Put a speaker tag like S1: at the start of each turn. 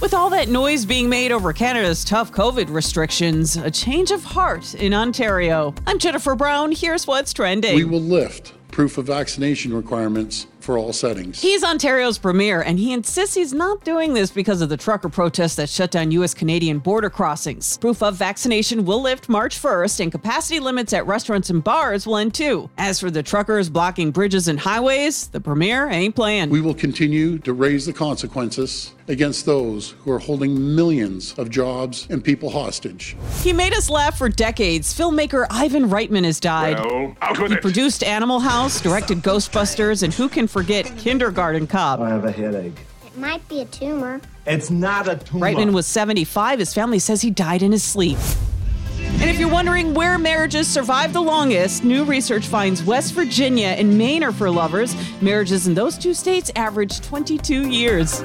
S1: With all that noise being made over Canada's tough COVID restrictions, a change of heart in Ontario. I'm Jennifer Brown. Here's what's trending.
S2: We will lift proof of vaccination requirements for all settings.
S1: He's Ontario's premier, and he insists he's not doing this because of the trucker protests that shut down U.S. Canadian border crossings. Proof of vaccination will lift March 1st, and capacity limits at restaurants and bars will end too. As for the truckers blocking bridges and highways, the premier ain't playing.
S2: We will continue to raise the consequences against those who are holding millions of jobs and people hostage.
S1: He made us laugh for decades. Filmmaker Ivan Reitman has died.
S3: Well, out with
S1: he
S3: it.
S1: produced Animal House, directed Ghostbusters, and who can forget Kindergarten Cop?
S4: I have a headache.
S5: It might be a tumor.
S4: It's not a tumor.
S1: Reitman was 75. His family says he died in his sleep. And if you're wondering where marriages survive the longest, new research finds West Virginia and Maine are for lovers. Marriages in those two states average 22 years.